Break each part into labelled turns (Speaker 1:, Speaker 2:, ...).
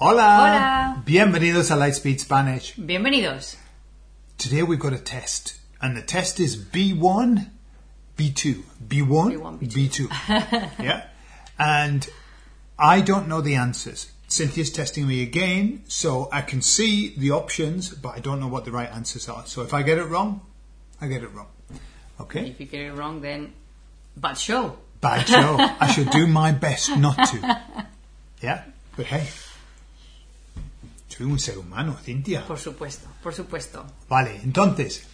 Speaker 1: Hola.
Speaker 2: Hola.
Speaker 1: Bienvenidos a Lightspeed Spanish.
Speaker 2: Bienvenidos.
Speaker 1: Today we've got a test, and the test is B1, B2, B1,
Speaker 2: B1,
Speaker 1: B2. yeah, and I don't know the answers. Cynthia's testing me again, so I can see the options, but I don't know what the right answers are. So if I get it wrong, I get it wrong. Okay,
Speaker 2: If you get it wrong, then bad show.
Speaker 1: bad show. I should do my best not to. Yeah, but hey, soy un ser humano, Cynthia.
Speaker 2: Por supuesto, por supuesto.
Speaker 1: Vale, entonces,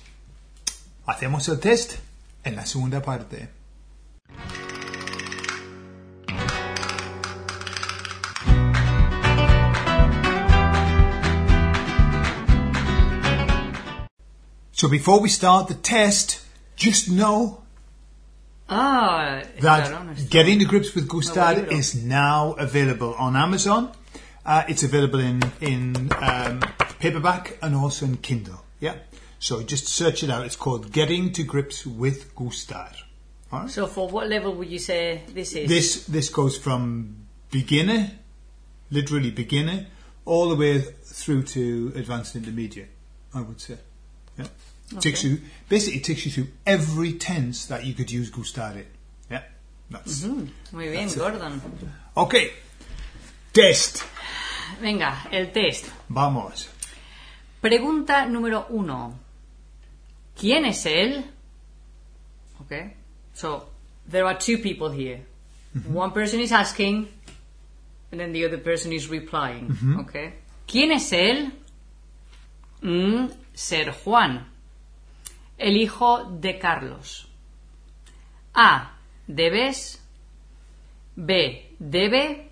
Speaker 1: hacemos el test en la segunda parte. So before we start the test, just know
Speaker 2: Ah,
Speaker 1: that
Speaker 2: claro, no está.
Speaker 1: Getting to Grips with Gustad
Speaker 2: libro.
Speaker 1: is now available on Amazon. Uh, it's available in in um, paperback and also in Kindle. Yeah, so just search it out. It's called Getting to Grips with Gustad. All right.
Speaker 2: So, for what level would you say this is?
Speaker 1: This this goes from beginner, literally beginner, all the way through to advanced intermediate. I would say. Yeah. Takes
Speaker 2: Okay.
Speaker 1: you basically it takes you through every tense that you could use Gustad in. Yeah. That's
Speaker 2: Mm-hmm. Muy bien,
Speaker 1: That's it.
Speaker 2: Gordon.
Speaker 1: Okay. Test.
Speaker 2: Venga, el test.
Speaker 1: Vamos.
Speaker 2: Pregunta número uno. ¿Quién es él? Okay. So there are two people here. One person is asking, and then the other person is replying. Okay. ¿Quién es él? Mm, ser Juan, el hijo de Carlos. A. Debes. B. Debe.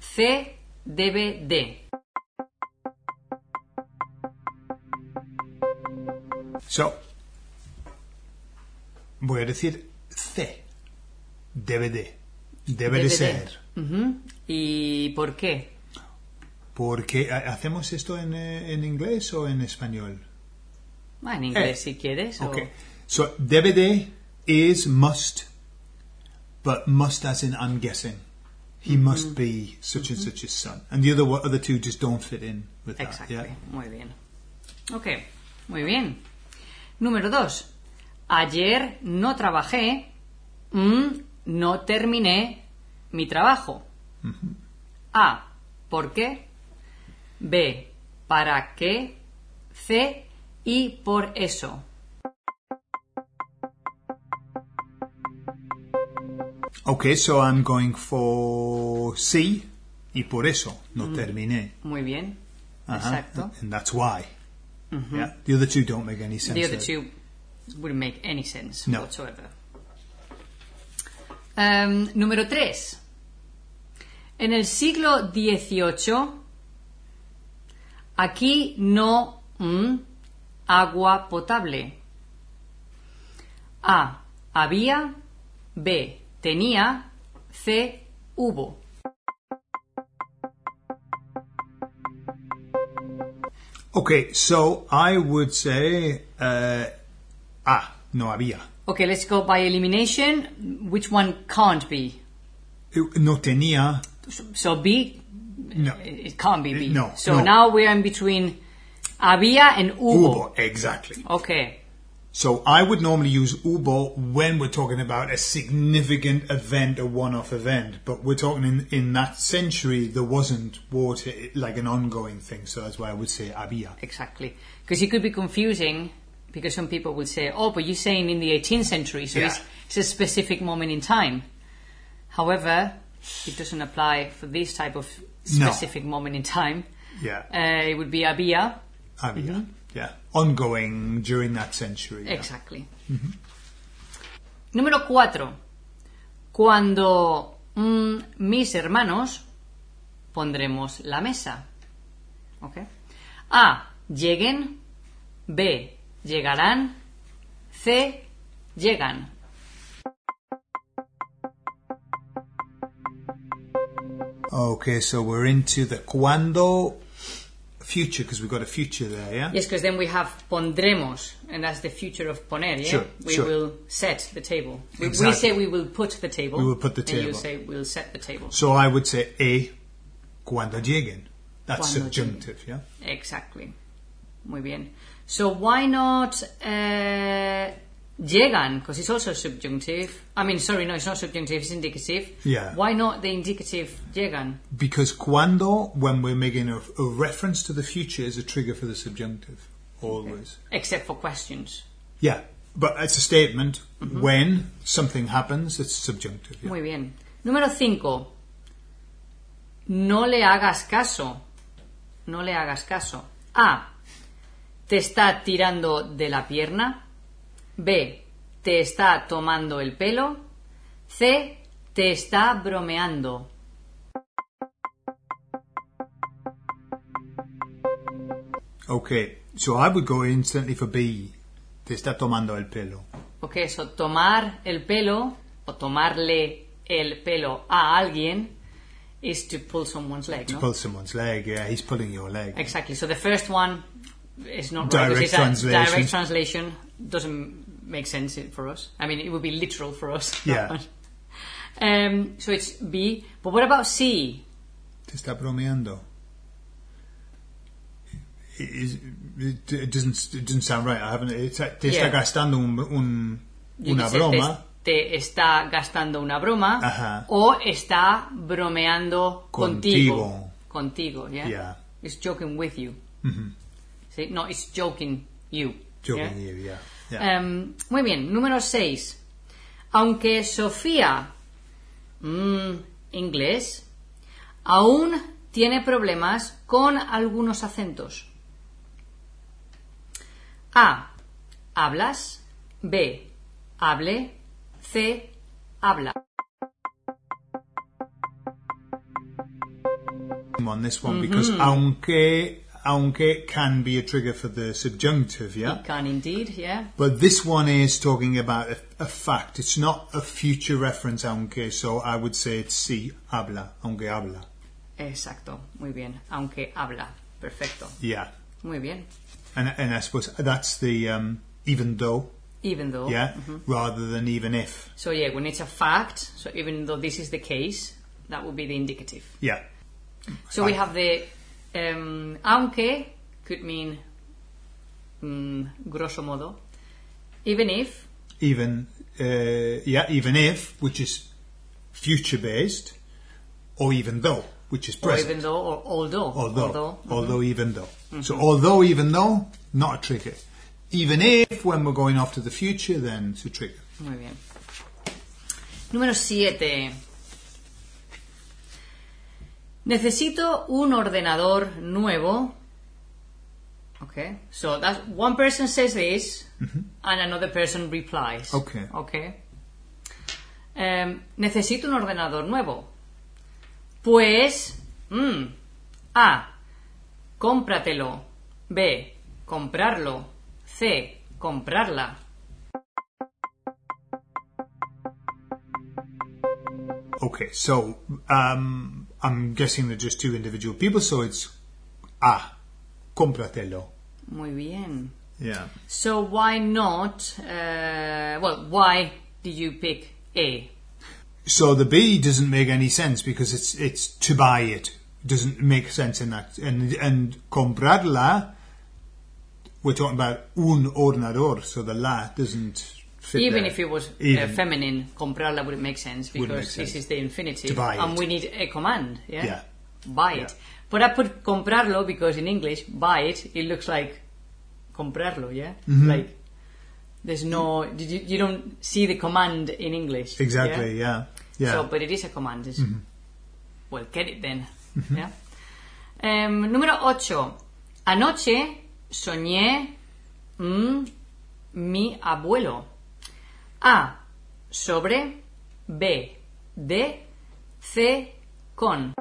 Speaker 2: C. Debe de.
Speaker 1: So, voy a decir C. Debe de. Debe de
Speaker 2: Debe de.
Speaker 1: ser.
Speaker 2: Ujú. ¿Y por qué?
Speaker 1: Porque ¿ha- hacemos esto en, eh, en inglés o en español.
Speaker 2: Ah, en inglés
Speaker 1: Eh,
Speaker 2: si quieres. o-
Speaker 1: Okay. So, debe de is must, but must as in I'm guessing. He must be such and such a son. And the other one- other two just don't fit in with that.
Speaker 2: Exacto.
Speaker 1: yeah?
Speaker 2: Muy bien. Ok, muy bien. Número dos. Ayer no trabajé, mm, no terminé mi trabajo. A. ¿Por qué? B. ¿Para qué? C. Y por eso.
Speaker 1: Okay, so I'm going for C. Y por eso no terminé.
Speaker 2: Muy bien.
Speaker 1: Uh-huh.
Speaker 2: Mm. Exacto. Mm-hmm.
Speaker 1: And that's why. Yeah. The other two don't make any sense.
Speaker 2: The other
Speaker 1: though.
Speaker 2: two wouldn't make any sense
Speaker 1: No.
Speaker 2: whatsoever. Em, número 3. En el siglo XVIII, aquí no mm, agua potable. A. Había. B. Tenía. C. Hubo.
Speaker 1: Okay, so I would say uh, ah, no había.
Speaker 2: Okay, let's go by elimination. Which one can't be?
Speaker 1: No tenía.
Speaker 2: So B
Speaker 1: No.
Speaker 2: It it can't be B.
Speaker 1: No,
Speaker 2: So
Speaker 1: no.
Speaker 2: now we are in between había and hubo.
Speaker 1: Ubo, exactly.
Speaker 2: Okay.
Speaker 1: So I would normally use ubo when we're talking about a significant event, a one-off event. But we're talking in, in that century, there wasn't water like an ongoing thing. So that's why I would say había.
Speaker 2: Exactly. Because it could be confusing because some people would say, oh, but you're saying in the 18th century, so
Speaker 1: Yeah.
Speaker 2: it's, it's a specific moment in time. However, it doesn't apply for this type of
Speaker 1: No.
Speaker 2: specific moment in time.
Speaker 1: Yeah,
Speaker 2: Uh, it would be había.
Speaker 1: había. Yeah, ongoing during that century. yeah.
Speaker 2: Exactly. Número cuatro. Cuando mm, mis hermanos pondremos la mesa. ¿Ok? A. Lleguen. B. Llegarán. C. Llegan.
Speaker 1: Okay, so we're into the cuando future because we've got a future there, yeah?
Speaker 2: Yes, because then we have pondremos, and that's the future of poner. Yeah,
Speaker 1: Sure,
Speaker 2: we
Speaker 1: sure.
Speaker 2: will set the table. We, we
Speaker 1: Exactly.
Speaker 2: say we will put the table.
Speaker 1: We will put the
Speaker 2: And you
Speaker 1: table.
Speaker 2: say we'll set the table.
Speaker 1: So I would say A, cuando lleguen. That's
Speaker 2: Why not?
Speaker 1: subjunctive, yeah?
Speaker 2: Exactly. Muy bien. So why not uh, llegan? Because it's also subjunctive. I mean, sorry, no, it's not subjunctive. It's indicative.
Speaker 1: Yeah.
Speaker 2: Why not the indicative llegan?
Speaker 1: Because cuando, when we're making a, a reference to the future, is a trigger for the subjunctive. Always.
Speaker 2: Except for questions.
Speaker 1: Yeah. But it's a statement. When something happens, it's subjunctive. Yeah.
Speaker 2: Muy bien. Número 5. No le hagas caso. No le hagas caso. A. Te está tirando de la pierna. B. Te está tomando el pelo. C. Te está bromeando.
Speaker 1: Okay. So I would go instantly for B. Te está tomando el pelo.
Speaker 2: Ok, eso, tomar el pelo o tomarle el pelo a alguien is to pull someone's leg, ¿no?
Speaker 1: Pull someone's leg. Yeah, he's pulling your leg.
Speaker 2: Exactly. So the first one is not
Speaker 1: Direct
Speaker 2: right. It's a
Speaker 1: translation.
Speaker 2: Direct translation doesn't make sense for us. I mean, it would be literal for us.
Speaker 1: Yeah.
Speaker 2: um, so it's B. But what about C?
Speaker 1: Te está bromeando. It, is- it, it doesn't it doesn't sound right. I haven't. It's, te
Speaker 2: Yeah.
Speaker 1: está gastando un, un,
Speaker 2: You
Speaker 1: una
Speaker 2: could say te-
Speaker 1: broma.
Speaker 2: Te, está gastando una broma
Speaker 1: Ajá.
Speaker 2: o está bromeando contigo. Contigo, yeah?
Speaker 1: Yeah. Mm-hmm.
Speaker 2: It's joking with you. See? No, it's joking you.
Speaker 1: Joking
Speaker 2: yeah? Uh,
Speaker 1: you, yeah. yeah.
Speaker 2: Em, muy bien, número 6. Aunque Sofía, mm, inglés, aún tiene problemas con algunos acentos. A. Hablas. B. Hable. C. Habla.
Speaker 1: on this one because
Speaker 2: mm-hmm.
Speaker 1: aunque aunque can be a trigger for the subjunctive, yeah.
Speaker 2: It can indeed, yeah.
Speaker 1: But this one is talking about a, a fact. It's not a future reference, aunque. So I would say it's si habla, aunque habla.
Speaker 2: Exacto, muy bien. Aunque habla. Perfecto.
Speaker 1: Yeah,
Speaker 2: Muy bien.
Speaker 1: and and I suppose that's the um, even though,
Speaker 2: Even though.
Speaker 1: yeah,
Speaker 2: mm-hmm.
Speaker 1: rather than even if,
Speaker 2: So yeah, when it's a fact, so even though this is the case, that would be the indicative.
Speaker 1: yeah,
Speaker 2: Mm-hmm. So we have the um, aunque could mean mm, grosso modo, even if,
Speaker 1: even uh, yeah, even if, which is future based, or even though, which is
Speaker 2: or
Speaker 1: present.
Speaker 2: even though, or although,
Speaker 1: although, although,
Speaker 2: although. Mm-hmm.
Speaker 1: even though. So although, even though, not a trigger. Even if, when we're going off to the future, then it's a trigger.
Speaker 2: Muy bien. Número 7. Necesito un ordenador nuevo. Okay. So that one person says this and another person replies.
Speaker 1: Okay.
Speaker 2: Okay. Em, necesito un ordenador nuevo. Pues mm, A. Cómpratelo. B. Comprarlo. C. Comprarla.
Speaker 1: Okay, so um, I'm guessing they're just two individual people, so it's ah, compratelo.
Speaker 2: Muy bien.
Speaker 1: Yeah.
Speaker 2: So why not? Uh, well, why did you pick A?
Speaker 1: So the B doesn't make any sense because it's it's to buy it doesn't make sense in that and and comprarla. We're talking about un ordenador, so the la doesn't fit.
Speaker 2: Even
Speaker 1: there.
Speaker 2: if it was uh,
Speaker 1: Even.
Speaker 2: feminine, comprarla wouldn't make sense because
Speaker 1: Wouldn't make sense.
Speaker 2: this is the infinitive,
Speaker 1: To buy
Speaker 2: and
Speaker 1: it.
Speaker 2: we need a command. Yeah,
Speaker 1: Yeah.
Speaker 2: buy it.
Speaker 1: Yeah.
Speaker 2: But I put comprarlo because in English, buy it, it looks like comprarlo. Yeah,
Speaker 1: Mm-hmm.
Speaker 2: like there's no you, you- you don't see the command in English. yeah?
Speaker 1: Exactly. Yeah. Yeah.
Speaker 2: So, but it is a command. It's, Well, get it then. Yeah. Em, número 8. Anoche soñé mm, mi abuelo. A. Sobre. B. D. C. Con.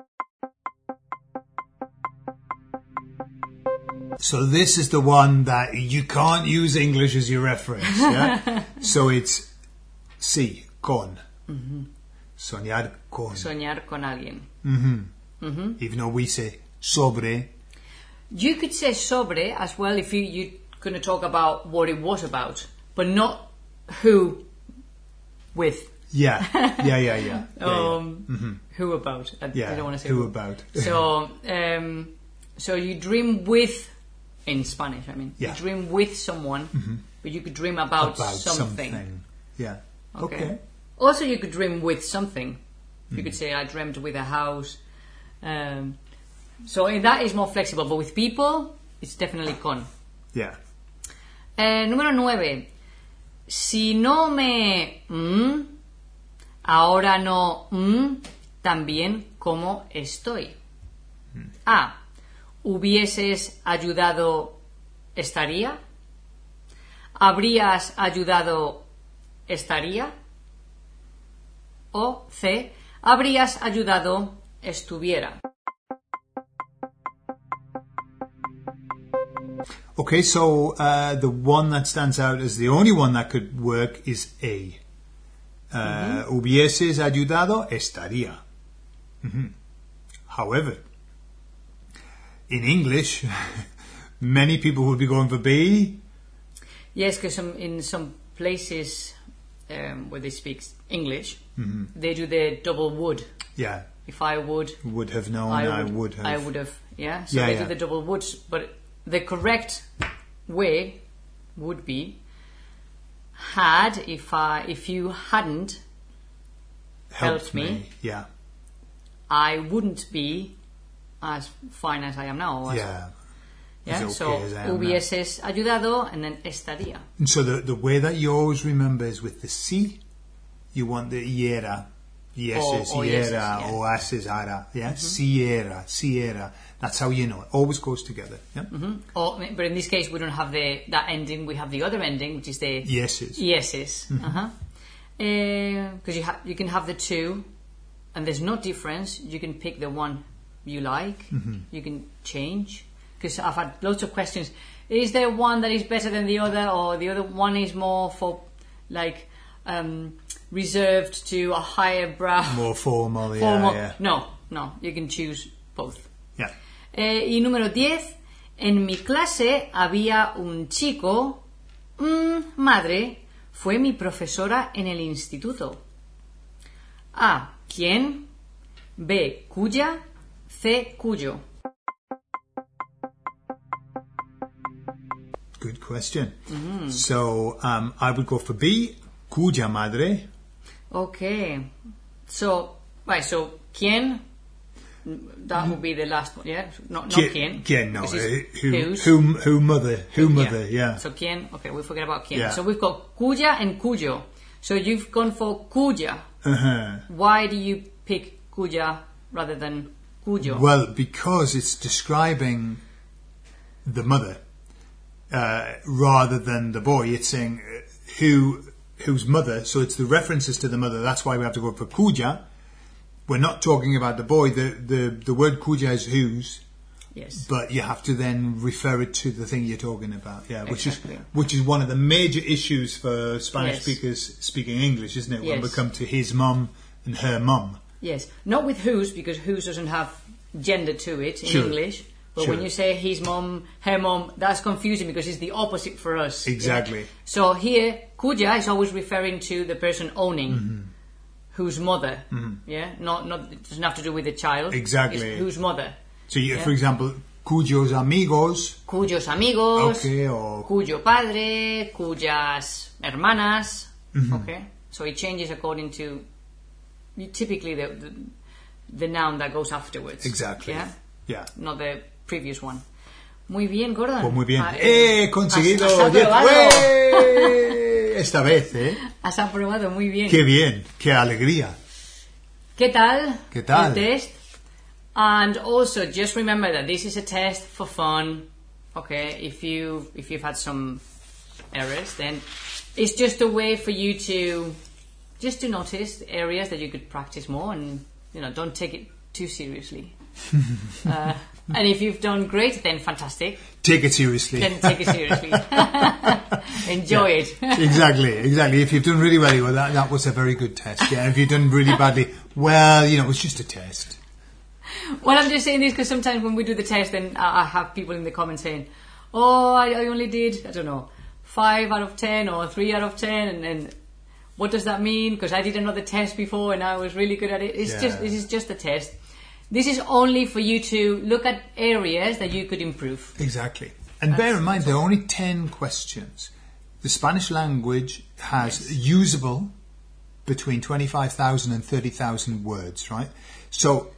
Speaker 1: so this is the one that you can't use English as your reference. Yeah. so it's C con.
Speaker 2: Mm-hmm.
Speaker 1: Soñar con.
Speaker 2: Soñar con alguien.
Speaker 1: Even though we say sobre.
Speaker 2: You could say sobre as well if you, you're going to talk about what it was about, but not who with.
Speaker 1: Yeah. Yeah. Yeah. Yeah.
Speaker 2: Oh,
Speaker 1: yeah, yeah.
Speaker 2: Um, Who about? I, I
Speaker 1: Yeah,
Speaker 2: don't want to say
Speaker 1: who about.
Speaker 2: so um, So you dream with, in Spanish, I mean,
Speaker 1: Yeah. Mm-hmm.
Speaker 2: you dream with someone, but you could dream about,
Speaker 1: about
Speaker 2: something.
Speaker 1: something. Yeah. Okay. Mm-hmm.
Speaker 2: Also, you could dream with something. You could say, I dreamt with a house. Um, so in that is more flexible, but with people, it's definitely con.
Speaker 1: Yeah.
Speaker 2: Eh, número 9. Si no me... mm, ahora no... mm, también como estoy. A. ¿Hubieses ayudado estaría? ¿Habrías ayudado estaría? O C. ¿Habrías ayudado estuviera?
Speaker 1: Okay, so uh, the one that stands out as the only one that could work is A. Uh,
Speaker 2: Mm-hmm.
Speaker 1: Hubieses ayudado, estaría. Mhm. However, in English, many people would be going for B.
Speaker 2: Yes, because some, in some places um, where they speak English,
Speaker 1: Mm-hmm.
Speaker 2: they do the double would.
Speaker 1: Yeah,
Speaker 2: If I would,
Speaker 1: would have known,
Speaker 2: I,
Speaker 1: Oh, I,
Speaker 2: would,
Speaker 1: would have.
Speaker 2: I would have. Yeah. So
Speaker 1: Yeah,
Speaker 2: they
Speaker 1: yeah.
Speaker 2: do the double would, but the correct way would be had if I if you hadn't, helped me.
Speaker 1: Yeah,
Speaker 2: I wouldn't be as fine as I am now. or as-
Speaker 1: yeah.
Speaker 2: yeah?
Speaker 1: as
Speaker 2: so
Speaker 1: okay as I am now.
Speaker 2: hubieses ayudado and then estaría.
Speaker 1: And so the, the way that you always remember is with the C, you want the iera. Yes,
Speaker 2: Or-
Speaker 1: it's
Speaker 2: or yeses,
Speaker 1: iera,
Speaker 2: oh, yeah. Mm-hmm.
Speaker 1: or as is ara. Yeah, sierra, sierra. That's how you know it. Always goes together. Yeah?
Speaker 2: Mm-hmm. Or, but in this case, we don't have the that ending. We have the other ending, which is the
Speaker 1: Yeses.
Speaker 2: Yeses.
Speaker 1: Mm-hmm.
Speaker 2: Uh-huh. Because you, ha- you can have the two, and there's no difference. You can pick the one you like.
Speaker 1: Mm-hmm.
Speaker 2: You can change. Because I've had lots of questions. Is there one that is better than the other, or the other one is more for, like, um, reserved to a higher brow?
Speaker 1: More formal. Yeah,
Speaker 2: formal?
Speaker 1: yeah.
Speaker 2: No, no. You can choose both.
Speaker 1: Yeah.
Speaker 2: Eh, y número 10. En mi clase había un chico. mm, madre, fue mi profesora en el instituto. A. ¿Quién? B. ¿Cuya? C. ¿Cuyo?
Speaker 1: Good question.
Speaker 2: Mm-hmm.
Speaker 1: So um, I would go for B, cuya madre.
Speaker 2: Ok. So, right, so, ¿quién? That would be the last one, yeah? No, no
Speaker 1: Qui-
Speaker 2: ¿quién?
Speaker 1: Quien, no.
Speaker 2: This
Speaker 1: eh,
Speaker 2: is
Speaker 1: Who,
Speaker 2: whose.
Speaker 1: who, who mother? Who mother?
Speaker 2: Yeah.
Speaker 1: Yeah.
Speaker 2: So ¿quién? Okay, we forget about ¿quién?
Speaker 1: Yeah.
Speaker 2: So we've got Cuya and Cuyo. So you've gone for Cuya.
Speaker 1: Uh-huh.
Speaker 2: Why do you pick Cuya rather than Cuyo?
Speaker 1: Well, because it's describing the mother uh, rather than the boy. It's saying uh, who whose mother. So it's the references to the mother. That's why we have to go for kuja. We're not talking about the boy. The the, the word kuja is whose,
Speaker 2: yes.
Speaker 1: but you have to then refer it to the thing you're talking about. Yeah, which
Speaker 2: Exactly.
Speaker 1: is which is one of the major issues for Spanish
Speaker 2: Yes.
Speaker 1: speakers speaking English, isn't it? When we
Speaker 2: Yes.
Speaker 1: come to his mum and her mum.
Speaker 2: Yes. Not with whose, because whose doesn't have gender to it in
Speaker 1: Sure.
Speaker 2: English. But when
Speaker 1: Sure.
Speaker 2: you say his mom, her mom, that's confusing because it's the opposite for us.
Speaker 1: Exactly.
Speaker 2: Yeah. So here, Cuya is always referring to the person owning.
Speaker 1: Mm-hmm.
Speaker 2: Whose mother? Yeah, not not it doesn't have to do with the child. It's
Speaker 1: Exactly.
Speaker 2: whose mother?
Speaker 1: So, you, for example, cuyos amigos.
Speaker 2: cuyos amigos,
Speaker 1: Okay, or
Speaker 2: cuyo padre, cuyas hermanas. Okay, so it changes according to typically the, the the noun that goes afterwards.
Speaker 1: exactly.
Speaker 2: Yeah,
Speaker 1: Yeah.
Speaker 2: not the previous one. Muy bien, Gordon.
Speaker 1: Pues muy bien.
Speaker 2: Ah,
Speaker 1: ¡Eh! Conseguido.
Speaker 2: Has, has
Speaker 1: diez.
Speaker 2: aprobado.
Speaker 1: ¡Ué! Esta vez, ¿eh?
Speaker 2: Has aprobado muy bien.
Speaker 1: ¡Qué bien! ¡Qué alegría!
Speaker 2: ¿Qué tal?
Speaker 1: ¿Qué tal?
Speaker 2: El test. And also, just remember that this is a test for fun. Okay, if you if you've had some errors, then it's just a way for you to just to notice areas that you could practice more, and you know, don't take it too seriously. uh, and if you've done great, then fantastic.
Speaker 1: Take it seriously.
Speaker 2: Then take it seriously. Enjoy it.
Speaker 1: exactly, exactly. If you've done really well, well, that, that was a very good test. Yeah, if you've done really badly, well, you know, it was just a test.
Speaker 2: Well, I'm just saying this because sometimes when we do the test, then I, I have people in the comments saying, "Oh, I, I only did I don't know five out of ten or three out of ten, and then what does that mean? Because I did another test before and I was really good at it. It's
Speaker 1: Yeah.
Speaker 2: just this is just a test. This is only for you to look at areas that you could improve.
Speaker 1: Exactly. And bear in mind, there are only 10 questions. The Spanish language has usable between 25,000 and 30,000 words, right? So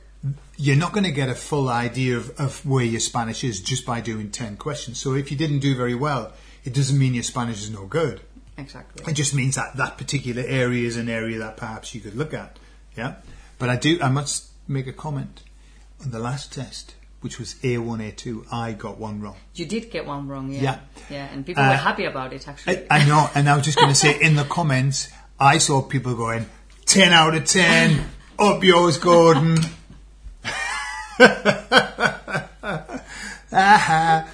Speaker 1: you're not going to get a full idea of, of where your Spanish is just by doing 10 questions. So if you didn't do very well, it doesn't mean your Spanish is no good. It
Speaker 2: Exactly.
Speaker 1: just means that that particular area is an area that perhaps you could look at. Yeah. But I do, I must make a comment on the last test, which was A1, A2. I got one wrong.
Speaker 2: You did get one wrong, yeah.
Speaker 1: Yeah.
Speaker 2: and people
Speaker 1: Uh,
Speaker 2: were happy about it actually.
Speaker 1: I, I know, and I was just going to say in the comments, I saw people going, 10 out of 10, up yours, Gordon. Ah-ha.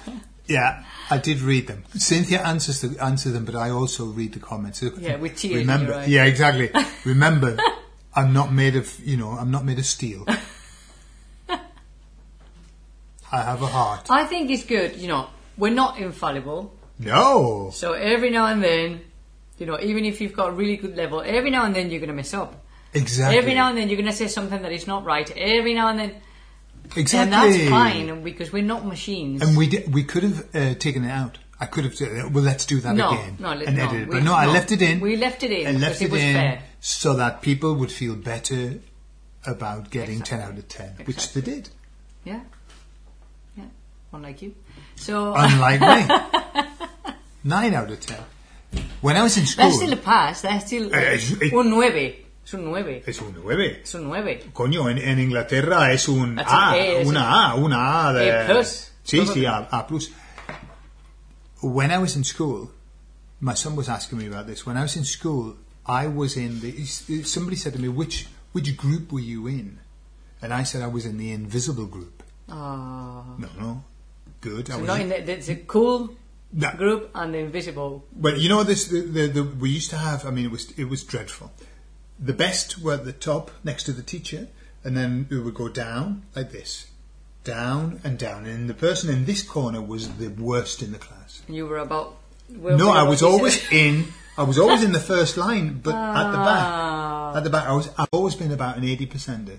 Speaker 1: yeah, I did read them. Cynthia answers the, answer them, but I also read the comments.
Speaker 2: Yeah, with tears in
Speaker 1: Remember,
Speaker 2: your eyes.
Speaker 1: yeah, exactly. Remember, I'm not made of, you know, I'm not made of steel. I have a heart.
Speaker 2: I think it's good, you know, we're not infallible.
Speaker 1: No.
Speaker 2: So every now and then, you know, even if you've got really good level, every now and then you're going to mess up.
Speaker 1: Exactly.
Speaker 2: Every now and then you're going to say something that is not right. Every now and then. And
Speaker 1: exactly.
Speaker 2: that's fine because we're not machines.
Speaker 1: And we did, we could have uh, taken it out. I could have said, well, let's do that
Speaker 2: no,
Speaker 1: again
Speaker 2: no, let-
Speaker 1: and
Speaker 2: no,
Speaker 1: edit it.
Speaker 2: we-
Speaker 1: But no, I left it in.
Speaker 2: We left it in
Speaker 1: I left
Speaker 2: because
Speaker 1: it,
Speaker 2: it was
Speaker 1: in
Speaker 2: fair.
Speaker 1: so that people would feel better about getting 10 out of 10, which they did,
Speaker 2: Yeah, yeah. Unlike you. So
Speaker 1: unlike me. 9 out of 10. When I was in school...
Speaker 2: that's still a pass. That's still
Speaker 1: Eh, es- eh.
Speaker 2: un nueve. Es un nueve.
Speaker 1: Es un 9.
Speaker 2: Es un nueve.
Speaker 1: Coño, en, en Inglaterra es un
Speaker 2: That's
Speaker 1: A,
Speaker 2: okay, E, es un-
Speaker 1: una A, una A de...
Speaker 2: A plus,
Speaker 1: Sí, sí,
Speaker 2: probably.
Speaker 1: A, A plus. When I was in school, my son was asking me about this. When I was in school, I was in the... Somebody said to me, which, which group were you in? And I said I was in the invisible group.
Speaker 2: Ah.
Speaker 1: No, no. Good. I
Speaker 2: so
Speaker 1: was
Speaker 2: not in the, it's a cool
Speaker 1: No.
Speaker 2: group and the invisible.
Speaker 1: Well, you know this. The, the, the, we used to have. I mean, it was it was dreadful. The best were at the top, next to the teacher, and then we would go down like this, down and down. And the person in this corner was the worst in the class.
Speaker 2: And you were about. well,
Speaker 1: No,
Speaker 2: we
Speaker 1: I
Speaker 2: were
Speaker 1: was
Speaker 2: opposite.
Speaker 1: always in. I was always in the first line, but at the back,
Speaker 2: Ah.
Speaker 1: at the back, I was. I've always been about an eighty percenter.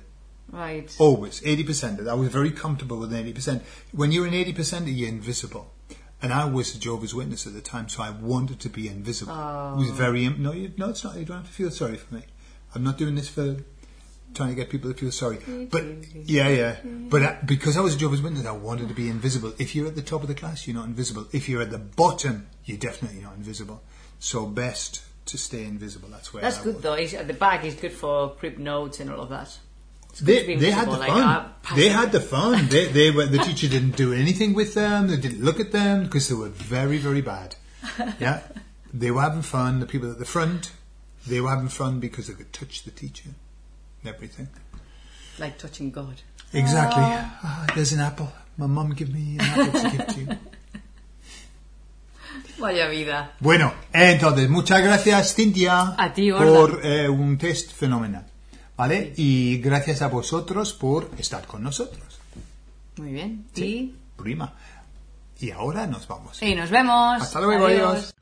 Speaker 2: right.
Speaker 1: Always eighty percent. I was very comfortable with an eighty percent. When you're an eighty percent, you're invisible. And I was a Jehovah's Witness at the time, so I wanted to be invisible. It
Speaker 2: Oh.
Speaker 1: was very im- no, you, no, it's not. You don't have to feel sorry for me. I'm not doing this for trying to get people to feel sorry. But yeah, yeah. But I, because I was a Jehovah's Witness, I wanted to be invisible. If you're at the top of the class, you're not invisible. If you're at the bottom, you're definitely not invisible. So best to stay invisible. That's where
Speaker 2: That's
Speaker 1: I
Speaker 2: good
Speaker 1: was.
Speaker 2: though. It's, at the back is good for crib notes and all of that. to
Speaker 1: they,
Speaker 2: be
Speaker 1: they had the
Speaker 2: invisible,
Speaker 1: fun.
Speaker 2: like, uh, passive.
Speaker 1: they had the fun. They, they were, the teacher didn't do anything with them. They didn't look at them because they were very, very bad. Yeah, they were having fun. The people at the front, they were having fun because they could touch the teacher and everything.
Speaker 2: Like touching God.
Speaker 1: Exactly. Ah, there's an apple. My mum gave me an apple to give to you.
Speaker 2: Vaya vida.
Speaker 1: Bueno, entonces, muchas gracias, Cintia,
Speaker 2: A ti, Orla.
Speaker 1: por eh, un test fenomenal. ¿Vale? Y gracias a vosotros por estar con nosotros.
Speaker 2: Muy bien.
Speaker 1: Sí. Prima. Y ahora nos vamos.
Speaker 2: Y, y nos vemos.
Speaker 1: Hasta luego, adiós.